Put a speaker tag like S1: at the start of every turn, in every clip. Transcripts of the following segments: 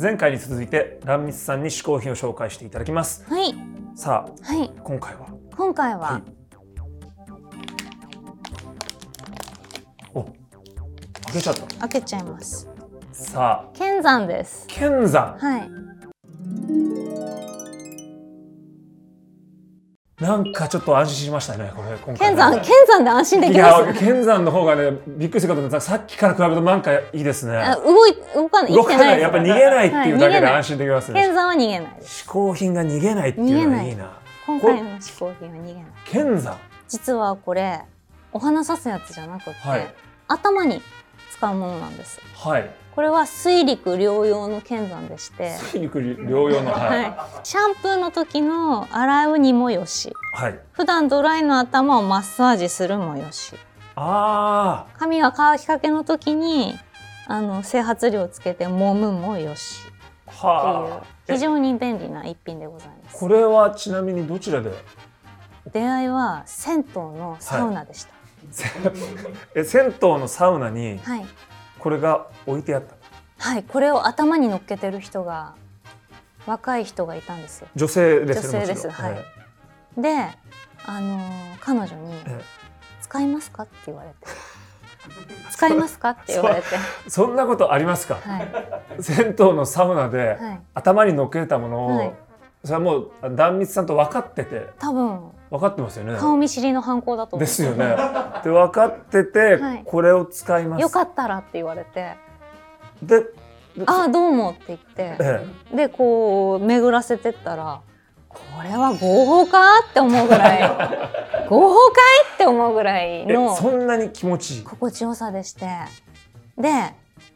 S1: 前回に続いて壇蜜さんに試行品を紹介していただきます
S2: はい、
S1: さ
S2: はい、
S1: あ今回は
S2: 今回は、
S1: はいお開けちゃった
S2: 開けちゃいます。
S1: さあ
S2: 剣山です。
S1: 剣山
S2: はい、
S1: なんかちょっと安心しましたねこれ今回
S2: 剣山、剣山で安心で
S1: い
S2: きます
S1: や。剣山の方がねびっくりすることにさっきから比べるとなんかいいです
S2: あ
S1: ね
S2: 動い動かない、
S1: 動
S2: 生き
S1: か
S2: て
S1: な
S2: ないい
S1: やっぱ逃げ
S2: です
S1: ないっていうだけで
S2: はい
S1: 安心できますね
S2: 剣山は逃げないです。
S1: 嗜好品が逃げないっていうのがいいな
S2: 今回の試行品は逃げない。
S1: 剣山
S2: 実はこれ、お花刺すやつじゃなくって、
S1: はい
S2: 頭に使うものなんです。
S1: はい
S2: これは水陸両用の剣山でして、
S1: 筋肉療養のはい
S2: はい、シャンプーの時の洗うにもよし、
S1: はい
S2: 普段ドライの頭をマッサージするもよし。
S1: あ
S2: 髪が乾きかけの時にあの整髪料つけて揉むもよし
S1: あ
S2: ってい
S1: は
S2: う
S1: あえ
S2: 非常に便利な一品でございます
S1: これはちなみにどちらで
S2: 出会いは銭湯のサウナでした
S1: え銭湯のサウナに
S2: はい、はい
S1: これが置いてあった
S2: これを頭に乗っけてる人が若い人がいたんですよ
S1: 女性ですよね
S2: 女性です
S1: もちろん
S2: はいであのー彼女に
S1: え
S2: 「使いますか?」って言われて「使いますか?」って言われて
S1: えそんなことありますか
S2: はい
S1: 銭湯のサウナで
S2: はい
S1: 頭に乗っけたものを、
S2: はい
S1: それはもう壇蜜さんと分かってて
S2: 多分
S1: 分かってますよね
S2: 顔見知りの犯行だと思う
S1: ですよねで分かってて、
S2: はい
S1: これを使います
S2: よかったらって言われて
S1: でで
S2: 「ああどうも」って言って
S1: え
S2: でこう巡らせてったらこれは合法かって思うぐ らい合法かいって思うぐらい
S1: ええ
S2: の
S1: そんなに気持ちいい
S2: 心地よさでしてで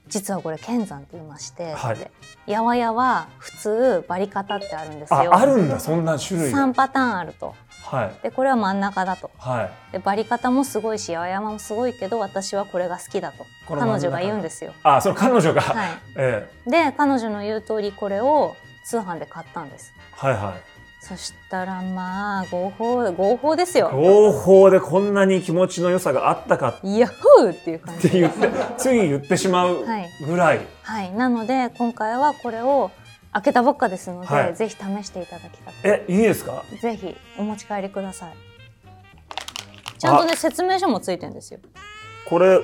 S2: 実はこれ剣山って言いまして、
S1: はい
S2: でやわやは普通バリカタってあるんです
S1: あ
S2: よ
S1: あるんだそんな種類が
S2: 3パターンあると
S1: はい
S2: でこれは真ん中だと
S1: はい
S2: でバリカタもすごいしやわやもすごいけど私はこれが好きだと
S1: こ
S2: 彼
S1: の真ん中
S2: 女が言うんですよ
S1: あその彼女が、
S2: はい
S1: え
S2: で彼女の言う通りこれを通販で買ったんです
S1: えはいはい
S2: そしたらまあ合法合法ですよ。
S1: 合法でこんなに気持ちの良さがあったか
S2: ヤッホーっていう感
S1: って
S2: じ。
S1: 言ってつい言ってしまう
S2: はい
S1: ぐらい、
S2: はい。なので今回はこれを開けたばっかですので、
S1: はい
S2: ぜひ試していただきたく。
S1: えいいですか
S2: ぜひお持ち帰りください。ちゃんとね説明書もついてるんですよ。
S1: これ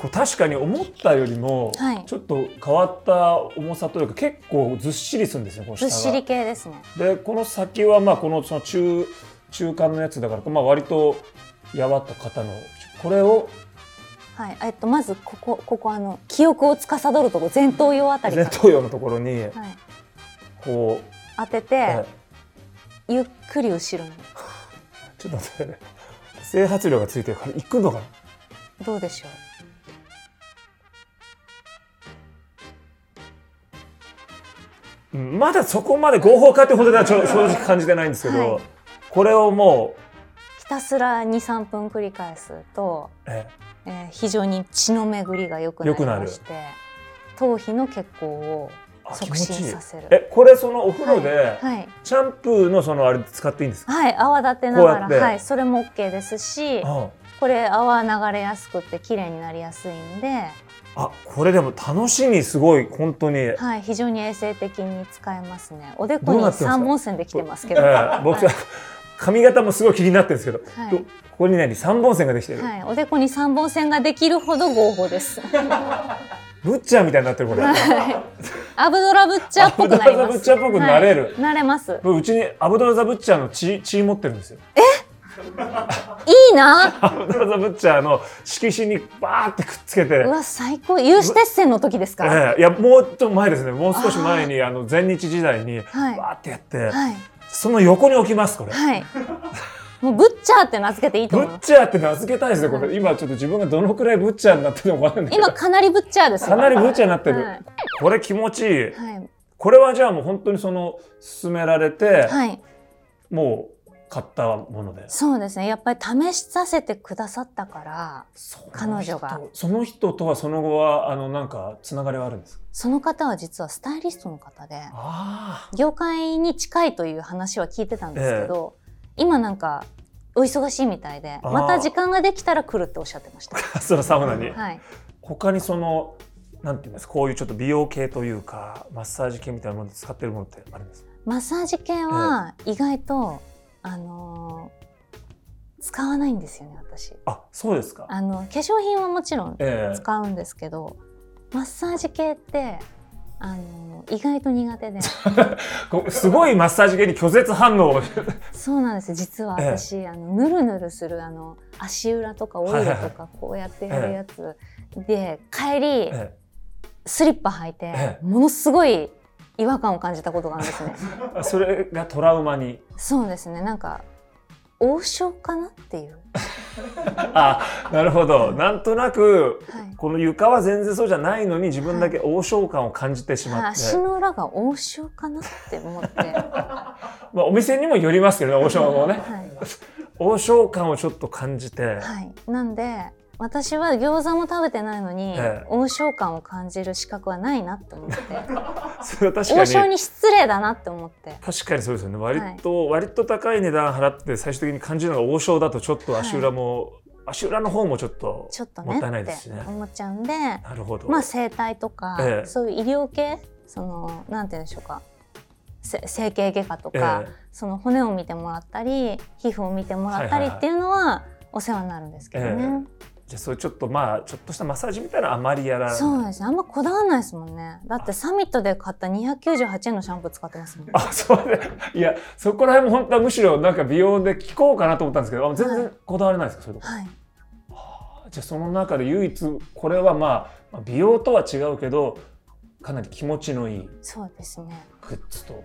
S1: これ確かに思ったよりも、
S2: はい
S1: ちょっと変わった重さというか結構ずっしりするんですねこの下
S2: ず
S1: が
S2: っしり系ですね。
S1: でこの先はまあこのその中中間のやつだから、まあ、割とやわった方のこれを
S2: はい。えっとまずここここあの記憶を司るとこ前頭葉あたりか
S1: 前頭葉のところに
S2: ら、はい、
S1: こう、
S2: 当て
S1: は
S2: て
S1: い
S2: ゆっくり後ろに
S1: ちょっと待って整髪量がついてるから行くのが
S2: どうでしょう。
S1: うんまだそこまで合法化ってほどではちょ正直感じてないんですけど、
S2: はい
S1: これをも
S2: ひたすら2、3分繰り返すと、
S1: うえ
S2: えー非常に血の巡りが良くなりまして頭皮の血行を
S1: あ
S2: 促進させる。
S1: えこれそのお風呂で、
S2: はい、
S1: シャンプーのそのあれ使っていいんですか、
S2: はい、泡立てなが
S1: こ
S2: ら、
S1: うやって
S2: はい、それも OK ですし
S1: あ
S2: これ泡流れやすくて綺麗になりやすいんで、
S1: あこれでも楽しみすごい本当に、
S2: はい、非常に衛生的に使えますねおで
S1: ど
S2: こ
S1: うなって
S2: に
S1: ますか
S2: 三本線できてますけ
S1: え
S2: ど、は
S1: ー僕、髪型もすごい気になってるんですけど、
S2: はい
S1: どここに何三本線ができてる、
S2: い、おでこに三本線ができるほど合法です。
S1: ブッチャーみたいになってるこれ、
S2: アブドラブッチャーっぽくなりま
S1: ア
S2: す。
S1: ブドラブッチャーっぽくなれる
S2: はいなれます。
S1: 僕うちにアブドラザ・ブッチャーの血血持ってるんですよ
S2: いいな。
S1: アブドラザ・ブッチャーの色紙にバーってくっつけて
S2: うわ最高有刺鉄線の時ですか、
S1: ええいやもうちょっと前ですねもう少し前にあの前日時代にわ
S2: はい
S1: ーってやって、
S2: はい
S1: その横に置きますこれ、
S2: はいもうブッチャーって名付けていいと
S1: ブ
S2: 思いま
S1: ッチャーって名付けたいですねこれ今ちょっと自分がどのくらいブッチャーになってるのかわかんない
S2: す
S1: けど
S2: 今かなりブッチャーです
S1: かなりブッチャーになってる、
S2: はい
S1: これ気持ちいい
S2: はい
S1: これはじゃあもう本当にその勧められて、
S2: はい
S1: もう買ったもので
S2: そうですねやっぱり試しさせてくださったから彼女が
S1: その人とはその後はあのなんかつながりはあるんですか
S2: その方は実はスタイリストの方で
S1: あ
S2: 業界に近いという話は聞いてたんですけど、今なんかお忙しいみたいで
S1: あー
S2: また時間ができたら来るっておっしゃってました
S1: あそのサウナに、
S2: はい
S1: 他にそのなんていうんですかこういうちょっと美容系というかマッサージ系みたいなもので使ってるものってあるんですか
S2: マッサージ系は意外と、あのー使わないんですよね私
S1: あそうですか
S2: あの化粧品はもちろん
S1: ええ
S2: 使うんですけど、マッサージ系ってあのー意外と 苦手で
S1: こうすごいマッサージ系に拒絶反応を
S2: そうなんです実は私、あのぬるぬるするあの足裏とかオイル
S1: はいは
S2: と
S1: い
S2: かこうやってやるやつで帰り
S1: え
S2: スリッパ履いて
S1: え
S2: ものすごい違和感を感じたことがあるんで すね。
S1: えそれがトラウマに
S2: そうですねなんか王将かなっていう、
S1: あなるほどなんとなく
S2: はい
S1: この床は全然そうじゃないのに自分だけ王将感を感じてしまって、
S2: 足の裏が王将かなって 思って、は
S1: まあ、お店にもよりますけどね王将もね
S2: い
S1: 王将感をちょっと感じて、
S2: はい、なんで私は餃子も食べてないのに、
S1: ええ
S2: 王将感を感じる資格はないなっ て思って
S1: それは確
S2: 王
S1: か
S2: 将
S1: に
S2: に失礼だなって思って
S1: 確かにそうですよね割と、割と高い値段払って最終的に感じるのが王将だとちょっと足裏も、足裏の方もちょっと
S2: ちょっと
S1: も
S2: ね
S1: ったいない
S2: っ
S1: です
S2: て
S1: しね。
S2: 思っちゃうんで、
S1: なるほど、
S2: まあ整体とか、
S1: ええ
S2: そういう医療系そのなんて言うんでしょうかせ整形外科と
S1: え
S2: か、
S1: え
S2: その骨を見てもらったり皮膚を見てもらったり
S1: はいはいはい
S2: っていうのはお世話になるんですけどね、
S1: えじゃあそういうちょっとまあちょっとしたマッサージみたいなのあまりやらない
S2: そうですねあんまこだわらないですもんねだってサミットで買った298円のシャンプー使ってますもん
S1: あそうねいやそこら辺も本当はむしろなんか美容で聞こうかなと思ったんですけどあ全
S2: は
S1: 然こだわれないですかそういうとこ
S2: はい
S1: じゃあその中で唯一これはまあまあ美容とは違うけどかなり気持ちのいい
S2: そうですね
S1: グッズと。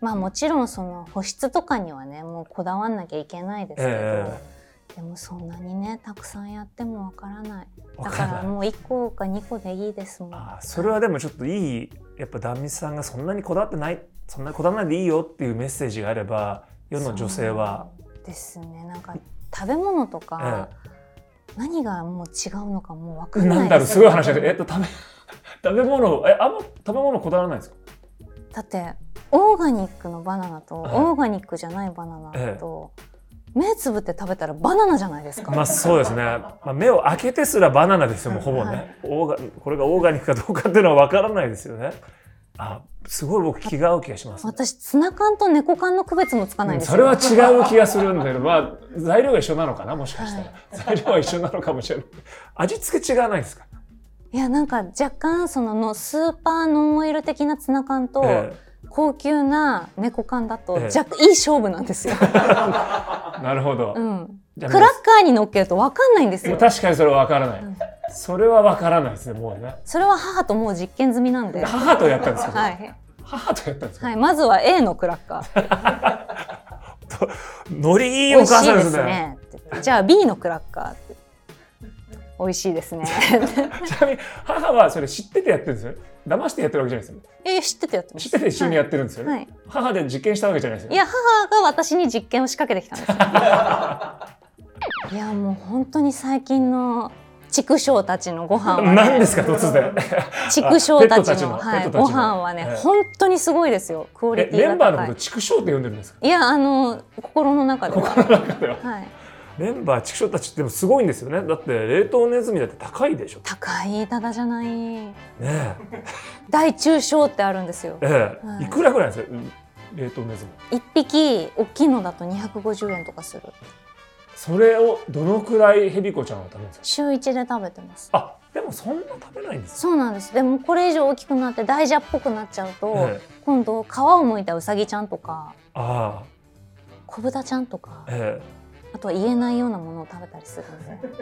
S2: まあもちろんその保湿とかにはねもうこだわんなきゃいけないですけど、
S1: え
S2: でもそんなにねたくさんやってもわからない
S1: わ
S2: だ
S1: か
S2: からら
S1: ない
S2: もう1個か2個でいいですもん
S1: あーそれはでもちょっといいやっぱ壇蜜さんがそんなにこだわってないそんなにこだわらないでいいよっていうメッセージがあれば世の女性は。
S2: そうですねなんか食べ物と
S1: え
S2: か、何がもう違うのかもう分か
S1: え
S2: ん
S1: な
S2: なんい
S1: だろ
S2: で
S1: う
S2: す
S1: すごい話だけどえっと食べ 食べ物えあんま食べ物こだわらないんですか
S2: だってオーガニックのバナナと
S1: ええ
S2: オーガニックじゃないバナナと、目つぶって食べたらバナナじゃないですか、
S1: まあそうですね、まあ、目を開けてすらバナナですよもうほぼね、
S2: は
S1: オーガこれがオーガニックかどうかっていうのは分からないですよねあすごい僕気が合う気がします、
S2: 私ツナ缶と猫缶の区別もつかないんですよ
S1: それは違う気がするんだけどまあ材料が一緒なのかなもしかしたら、材料は一緒なのかもしれない味付け違わないですか、
S2: いやなんか若干そののスーパーノンオイル的なツナ缶と、
S1: え
S2: 高級な猫缶だと
S1: ええ
S2: 若干いい勝負なんです よ、
S1: えなるほど、
S2: うん、
S1: じゃあ
S2: クラッカーに乗っけると分かんないんです
S1: もう
S2: よ
S1: 確かにそれは分からない、
S2: うん
S1: それは分からないですねもうね
S2: それは母ともう実験済み なんで、は
S1: 母とやったんですけど、
S2: い
S1: 母とやったんですけど、
S2: はい、まずは A のクラッカ ー
S1: 海苔い
S2: 美
S1: いお
S2: 味
S1: 母
S2: しい
S1: さんで
S2: で
S1: す
S2: す
S1: ね
S2: ねってじゃあ B のクラッカー美味し いですね
S1: ちなみに母はそれ知っててやってるんですよ騙してやってるわけじゃないですよ
S2: え知っててやってま
S1: 知
S2: す
S1: ってて一緒にやってるんですよね、
S2: はいはい
S1: 母で実験したわけじゃないですよ
S2: いや母が私に実験を仕掛けてきたんです よいやもう本当に最近の畜生たちのご飯は
S1: 何
S2: ね
S1: ですか突然
S2: 畜生た
S1: ペットた
S2: ち
S1: ち
S2: の
S1: の
S2: は
S1: ペッ
S2: い、
S1: トたちの
S2: ご飯はね、
S1: ええ
S2: 本当にすごいですよクオリ
S1: え
S2: ティ
S1: メ
S2: が
S1: ンバー
S2: 高
S1: のこ
S2: い
S1: と畜生って呼んでるんですか
S2: いやあの心の中でははい、
S1: メンバー畜生たちってでもすごいんですよねだって冷凍ネズミだって高いでしょ
S2: 高いただじゃない
S1: ね
S2: 大中小ってあるんですよ
S1: えええ
S2: はい
S1: いくらぐらいなんですか冷凍ネズミ
S2: 一匹大きいのだと250円とかする
S1: それをどのくらいヘビコちゃんは食べるんですか
S2: 週一で食べてます
S1: あでもそんな食べないんです
S2: そうなんですでもこれ以上大きくなって大蛇っぽくなっちゃうと、
S1: ええ
S2: 今度皮をむいたウサギちゃんとか
S1: あ
S2: 小豚ちゃんとか
S1: あええ
S2: あとは言えないようなものを食べたりするんで、
S1: そう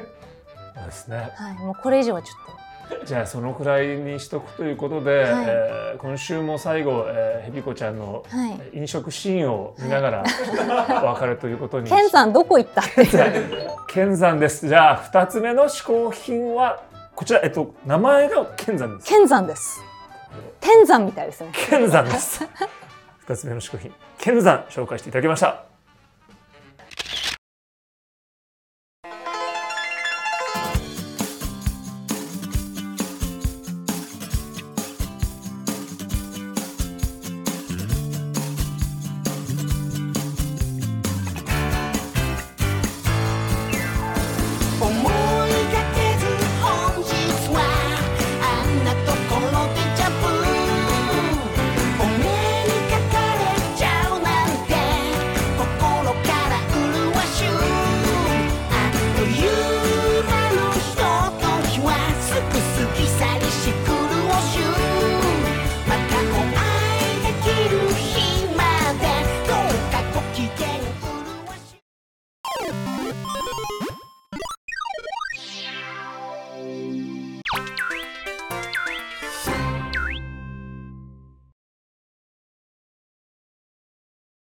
S1: ですね
S2: はい、もうこれ以上はちょっと
S1: じゃあそのくらいにしとくということで、
S2: はい
S1: えー今週も最後、えー、ヘビコちゃんの
S2: はい
S1: 飲食シーンを見ながらお別れということに
S2: ケンさんどこ行ったっていう
S1: 剣山ですじゃあ二つ目の嗜好品はこちら、えっと、名前が剣山 です
S2: 剣山 です天山みたいですね
S1: 剣山です二つ目の嗜好品剣山紹介していただきました
S3: 思いがけず本日はあんなと好き